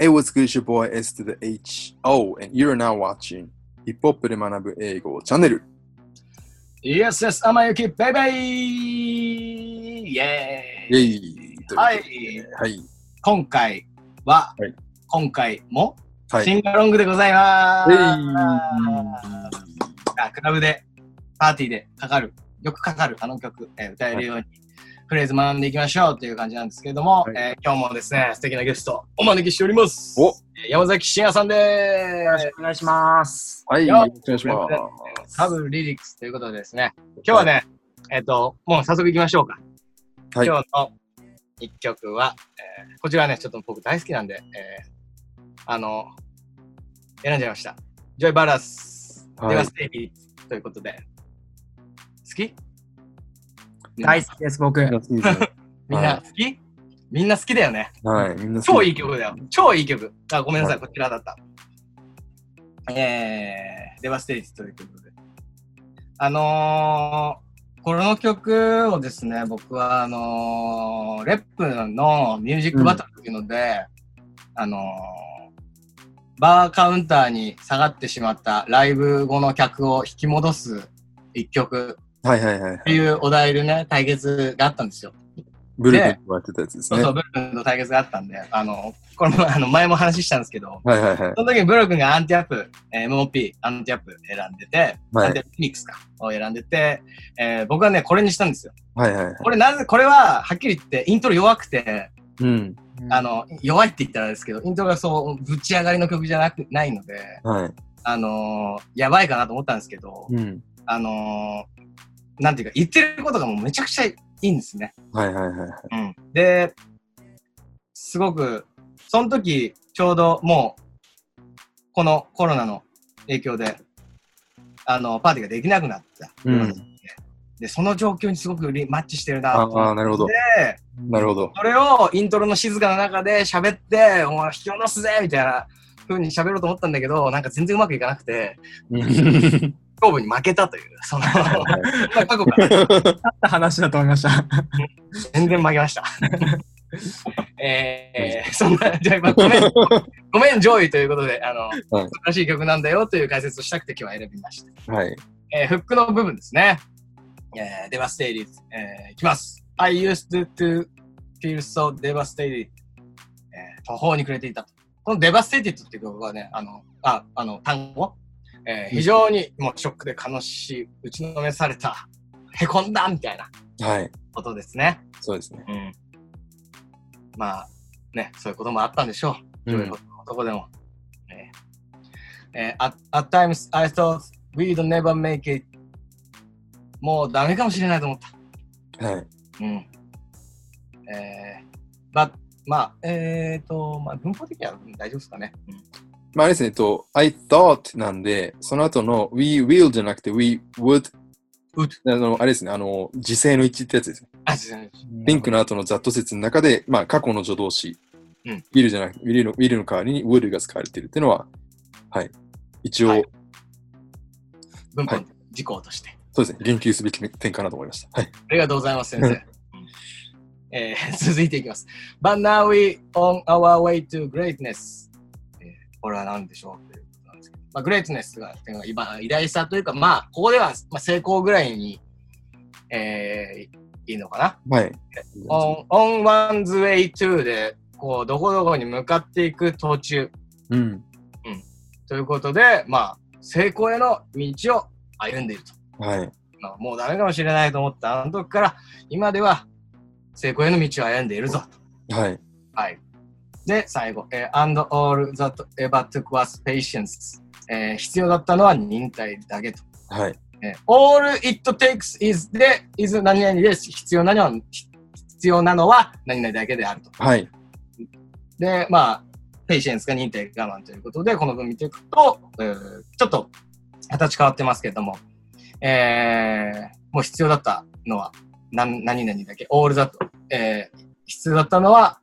Hey, what's good? It's your boy S to the H O, and you're now watching ヒップホップで学ぶ英語チャンネル。 ESS 天雪ベイベイイエーイイェイとうことではいはい。今回は、はい今回もはい。シンガロングでございます、イェイあクラブでパーティーでかかるよくかかるあの曲、えー歌えるように、フレーズ学んでいきましょうという感じなんですけれども、はいえー今日もですね素敵なゲストをお招きしておりますおえー山崎真也さんでよろすしくお願いします。はい。よよろしくお願いします。サブリリックスということでですね今日はね、えっ、と、もう早速行きましょうか。はい今日の一曲は、えーこちらね、ちょっと僕大好きなんで、えーあの、選んじゃいました。ジョイ・バラス、はいデバステイビーということで。好き大好きです、僕。はい。みんなみんな好き、みんな好きだよね。はい。みんな好き超いい曲だよ。超いい曲。あ、ごめんなさい、はこちらだった。えー、デバステイジということで。あのー、この曲をですね、僕は、あのーレップのミュージックバトルというので、あのーバーカウンターに下がってしまったライブ後の客を引き戻す一曲はいはいはいっ。ていうお題でね、対決があったんですよ。ブルーベッドやってたやつですそうね。そはう、ブル君と対決があったんで、あの、これも、あの、前も話したんですけど、いはいはい。その時にブル君がアンティアップ、えー MOP、アンティアップ選んでて、はアいンティアップフィニックスか、を選んでて、えー僕はね、これにしたんですよ。はいはいはい。これなぜ、これは、はっきり言って、イントロ弱くて、うん。あの、弱いって言ったらですけど、イントロがそう、ぶち上がりの曲じゃなく、ないので、はい。あのーやばいかなと思ったんですけど、うん。あのーなんていうか、言ってることがもうめちゃくちゃいいんですね。はいはいはいはい。うん、で、すごく、その時、ちょうどもう、このコロナの影響で、あの、パーティーができなくなった。うんで、その状況にすごくリマッチしてるなあと思あ、っなるほど。て、なるほ ど。それをイントロの静かな中で喋って、お前引き戻すぜみたいな風に喋ろうと思ったんだけど、なんか全然うまくいかなくて、うん勝負に負けたという、その、 過去からた話だと思いました。全然負け ました。えー、そんな、じゃあ、まあごめん、 ごめん、上位ということで、あの、はい素晴らしい曲なんだよという解説をしたくて今日は選びました。はい。えー、フックの部分ですね。えー、デバステイリーズ、えー、いきます。I used to feel so devastated. えー、途方に暮れていた。この devastated っていう曲はね、あの、あ、あの、単語。えー、非常にもうショックで悲しい、打ちのめされた、へこんだみたいなはい。ことですね。そうですね。うんまあね、そういうこともあったんでしょうう。いんろいろなとこでも。ねえー at, at times I thought we'd never make it. もうダメかもしれないと思った。はい。うん。えー、but, まあ、えっ、ー、と、まあ文法的には大丈夫ですかね。うんまあ、あれですね、えっと、I thought なんで、その後の we will じゃなくて we would。 Would あの、あれですね、あの、時制の一致ってやつですね。あ、すいません think の後のざっと説の中で、まあ、過去の助動詞、うん、 will じゃなくて will の will の代わりに would が使われているっていうのは、はい。一応、はい文法はの事項として。そうですね、言及すべき点かなと思いました。はい。ありがとうございます、先生。えー 続いていきます。But now we on our way to greatness、えーこれは何でしょうということなんですけど、まあ、グレイトネスがてか今偉大さというか、まあ、ここでは、まあ、成功ぐらいに、えーいいのかな。はい。 on, on one's way to で、こう、どこどこに向かっていく途中うん。ということで、まあ、成功への道を歩んでいると。はい。まあもうダメかもしれないと思ったあの時から、今では成功への道を歩んでいるぞ。はい。はい。で、最後、えー and all that ever took was patience、えー必要だったのは忍耐だけと。はい。えー all it takes is で、is 何々です。必要なのは、ひ必要なのは何々だけであると。はい。で、まあ、patience が忍耐我慢ということで、この文見ていくと、えーちょっと形変わってますけれども、えーもう必要だったのは、何何々だけ、all that、えー必要だったのは、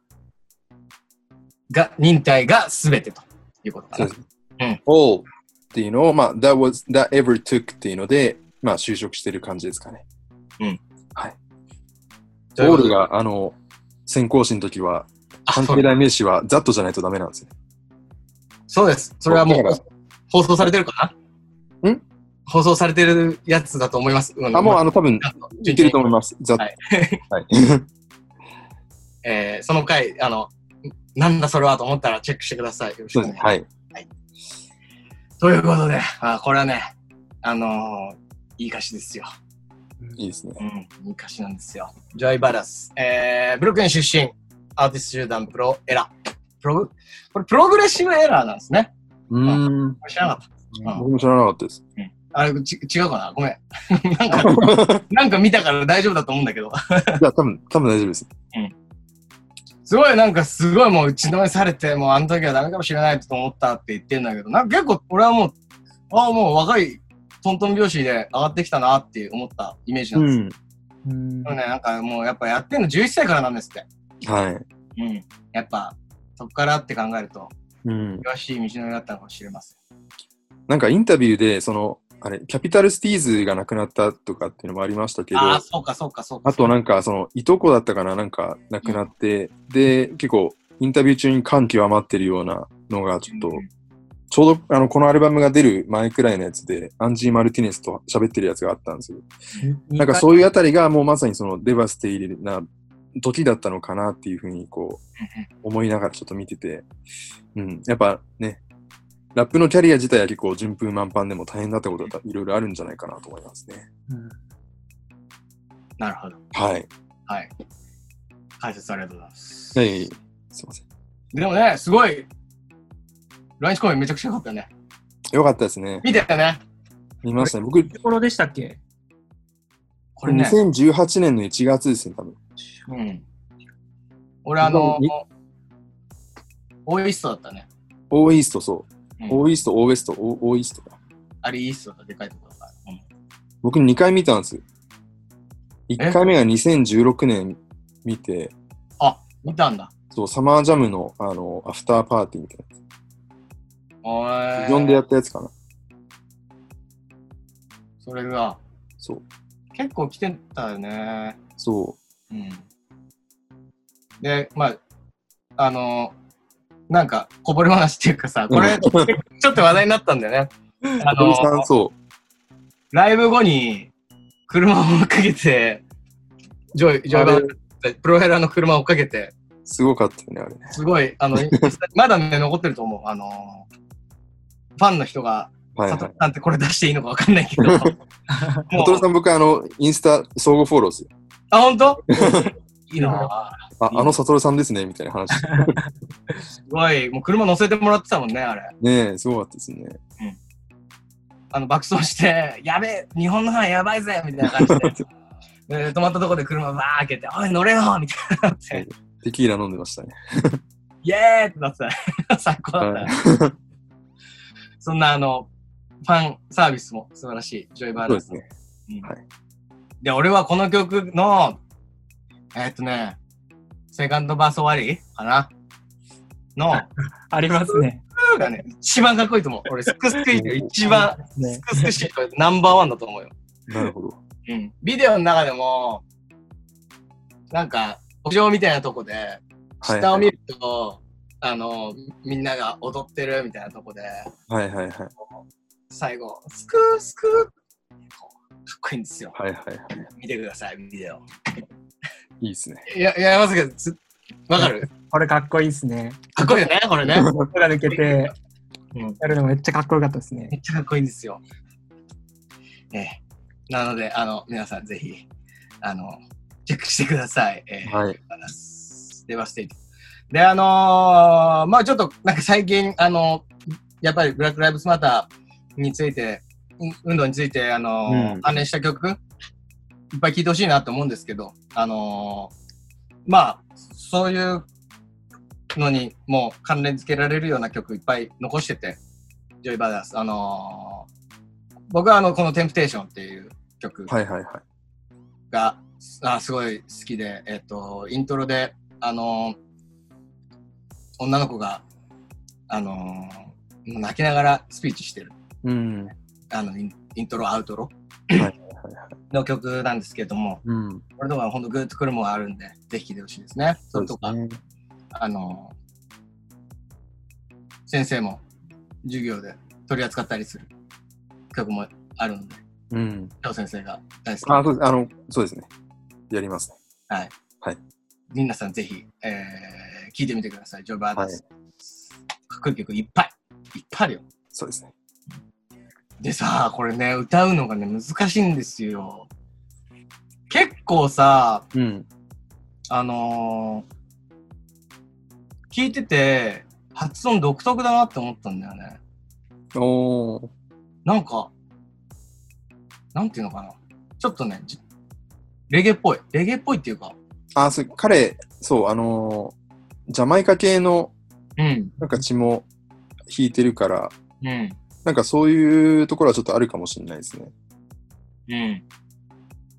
が、忍耐が全てということかそうなで。すうんね。all っていうのを、まあ、that was, that ever took っていうので、まあ、就職してる感じですかね。というオこーとルでが、あの、先行士の時は、あ関そ係う代名詞は、ざっとじゃないとダメなんですよ。そうです。それはもだうか、放送されてるかなん放送されてるやつだと思います。あ、もう、んあの、多分、いけると思います。ざっと。はいはい。 えーその回、あの、なんだそれはと思ったらチェックしてください。よろしくそおう願ですいしね。まはす。い。ということで、あこれはね、あのーいい歌詞ですよ。いいですね。うん、いい歌詞なんですよ。ジョイ・バラス。えー、ブルックリン出身、アーティスト集団プロエラ。プログ、これプログレッシブエラーなんですね。うーん。これ知らなかった。うん僕も知らなかった です。あれ、ち違うかなごめん。 なんか、なんか見たから大丈夫だと思うんだけど。じゃあ、多分、多分大丈夫です。すごいなんかすごいもう打ちのめされて、もうあの時はダメかもしれないと思ったって言ってんだけど、なんか結構俺はもう、ああ、もう若いトントン拍子で上がってきたなって思ったイメージなんです。ん。うんでもね、なんかもうやっぱやってんの11歳からなんですって。はい。うん。やっぱ、そっからって考えると、うん。険しい道のりだったのかもしれません。なんかインタビューで、その、あれ、キャピタルスティーズがなくなったとかっていうのもありましたけど、ああ、あそうかそうかそうか。となんか、その、いとこだったかな、なんか、なくなって、で、結構、インタビュー中に感極まってるようなのが、ちょっと、うんちょうど、あの、このアルバムが出る前くらいのやつで、アンジー・マルティネスと喋ってるやつがあったんですよ。なんかそういうあたりが、もうまさにその、デバステイリな時だったのかなっていうふうに、こう、思いながらちょっと見てて、うん、やっぱね、ラップのキャリア自体は結構順風満帆でも大変だったことはいろいろあるんじゃないかなと思いますね。うんなるほど。はい。はい。解説ありがとうございます。はい、すいません。でもね、すごい、ランチ公演めちゃくちゃ良かったよね。よかったですね。見てたよね。見ましたね。僕、いつ頃でしたっけここれれね。 2018年の1月ですね、多分。うん。俺あの、オーイーストだったね。オーイースト、そう。うんオーイースト、オーウェスト、オーオーイーストか。アリーイーストだでかいところが。うん僕2回見たんですよ。1回目が2016年見て、あ、見たんだ。そう、サマージャムの、あの、アフターパーティーみたいおな。ー呼んでやったやつかな。それが、そう。結構来てたよね。そうん。で、まあ、あの、なんか、こぼれ話っていうかさ、これ、うんちょっと話題になったんだよね。あう。鳥さのん、、そう。ライブ後に、車を追っかけて、ジョイ、ジョイバあープロヘラの車を追っかけて、すごかったよね、あれ。すごい、あ の、まだね、残ってると思う。あの、ファンの人が、はい、佐はい藤。さんってこれ出していいのかわかんないけ ど。もうお父さん、僕、あの、インスタ、相互フォローですよ。あ、本当いいなぁあ、あのサトルさんですね、みたいな話。すごい、もう車乗せてもらってたもんね、あれ。ねえ、すごかったです ね。あの、爆走して、やべえ、日本のファンやばいぜみたいな感じで。 で止まったとこで車バー開けて、おい、乗れよみたいになって、テキーラ飲んでましたね。イエーイってなってた。 最高だった、はいね。そんな、あの、ファンサービスも素晴らしい、ジョイバーそうラでスすね。うんはいで、俺はこの曲の、えーっとね、セカンドバース終わりかなの、ありますね。スクがね、一番かっこいいと思う。俺、スクスクいて一番、スクスクしいとナンバーワンだと思うよ。なるほど。うん。ビデオの中でも、なんか、屋上みたいなとこで、はい下を見ると、あの、みんなが踊ってるみたいなとこで、はいはいはい。最後、スクースクーってこうかっこいいんですよ。はいはいはい。見てください、ビデオ。いいですね。いや、いや、まさか、つわかるこれかっこいいですね。 かっこいいよね、これね。音が抜けてうん、やるのめっちゃかっこよかったですめね。っちゃかっこいいんですよ。ええなので、あの、皆さんぜひ、あの、チェックしてください。ええはい。デバステイト。で、あのーまあちょっと、なんか最近、あのやっぱりブラック・ライブスマターについて、う運動について、あのーうん関連した曲、いっぱい聴いてほしいなと思うんですけど、あのーまあそういうのにもう関連付けられるような曲いっぱい残してて、ジョイ・バーダース。あのー僕はあの、この Temptation っていう曲、はいはいはがあすごい好きで、えっとイントロで、あのー女の子が、あのー泣きながらスピーチしてるい。うん。はあのインイントロアウトロいはいはいはい。の曲なんですけどもうん。これとかほんとグッとくるものがあるんでぜひ聴いてほしいですね。それとか、ね。あのー先生も授業で取り扱ったりする曲もあるので、うん。翔先生が大好きあ、そうです。あの、そうですね。やりますね。皆さんぜひ、えー、聞いてみてください。ジョブ・アダス。かっこいい曲いっぱい。いっぱいあるよ。そうですね。でさ、これね、歌うのがね、難しいんですよ。結構さ、うん。あのー、聞いてて、発音独特だなって思ったんだよね。おー。なんか、なんていうのかな。ちょっとね、じレゲエっぽい。レゲエっぽいっていうか、あ、そう、彼、そう、あのージャマイカ系のうん、なんか血も引いてるから、うん、なんかそういうところはちょっとあるかもしれないですね。うん。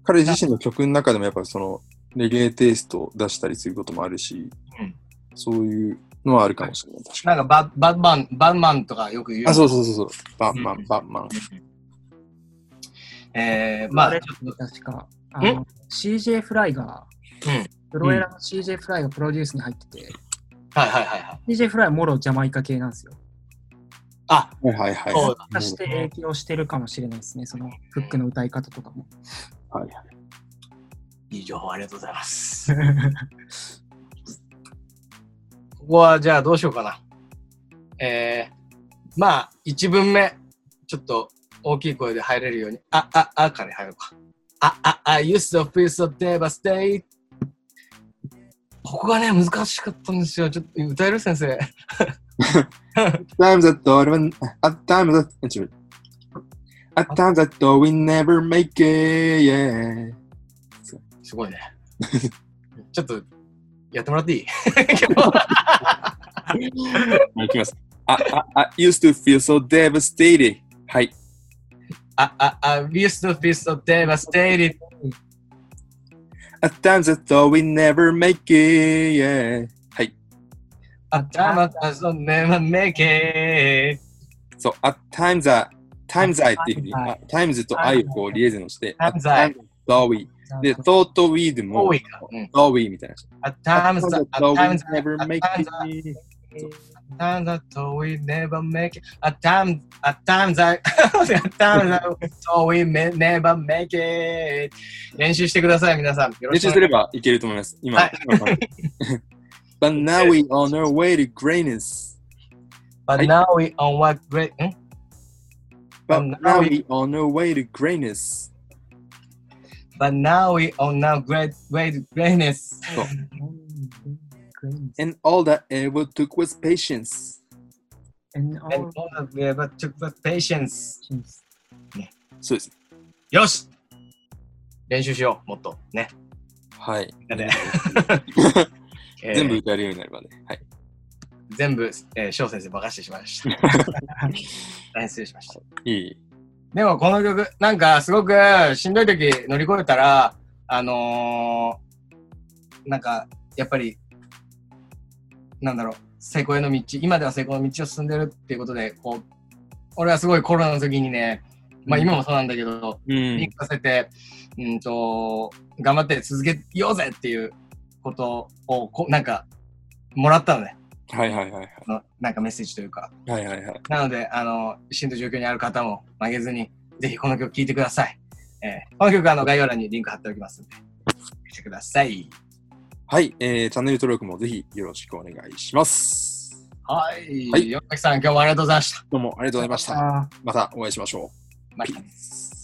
彼自身の曲の中でもやっぱそのレゲエテイストを出したりすることもあるし、うんそういうのはあるかもしれない。確かなんかバ、バンバン、バンマンとかよく言う。に。あ、そうそうそうそう。バンバうんン、バンマン。えー、まあ、れちょっ確か、あの CJ フライが、うんプロエラの CJ フライがプロデュースに入ってて、とはいはいはいはい。 CJ フライはもろジャマイカ系なんですよ。あ、はいはいはい。そうだそして影響してるかもしれないですね、そのフックの歌い方とかも。はいはいい情報ありがとうございます。ここはじゃあどうしようかな。えー、まあ、1文目、ちょっと大きい声で入れるように、あ、あ、あから入ろうか。あ、あ、あ、you so feel so devastated. ここがね、難しかったんですよ。ちょっと歌える先生。 times that thought when at times that it's r at times that thought we never make it yeah すごいね。ちょっと、やってもらっていい今日いきますあああ used to feel so devastated はいあ、あ、あ、we used to feel so devastated. at times that thought we never make it yeah はい At times I don't never make it. そう、at times that times I っていうふうに、はいあ times と I をこうリエーゼンして、at Times I times that we で、thought we でも多、いか。うん。 thought we みたいな。 At times At that, at times times that we never at make times it at times that we never make it. At times, at times I, at times that we may never make it. 練習してください、皆さん。よろ練し習くおす願いればいけると思います。今、はい今の感じ But now we on our way to greatness. But now we on what great, ん But now we on our way to greatness. But now we on now great, great greatness. うん And all that ever took was patience. And all that we ever took was patience. そうです。よし練習しよう、もっと。ね。はい。みん なでえー全部歌えるようになればね。はい。全部、えー、翔先生ばかしてしまい ました。大変失礼しました。いい。でもこの曲、なんかすごくしんどい時乗り越えたら、あのー、なんかやっぱり、なんだろう、成功への道、今では成功の道を進んでるっていうことで、こう、俺はすごいコロナの時にね、まあ今もそうなんだけど、うにん。させて、うんと、頑張って続けようぜっていうことをこ、なんか、もらったのね。はいはいはいはい。のなんかメッセージというか。はいはいはい。なので、あの、しんどい状況にある方も曲げずに、ぜひこの曲聴いてください。えーこの曲はあの概要欄にリンク貼っておきますので、来てください。はい、えー、チャンネル登録もぜひよろしくお願いします。はい。はい山崎さん、今日もありがとうございました。どうもありがとうございました。あーまたお会いしましょう。また Peace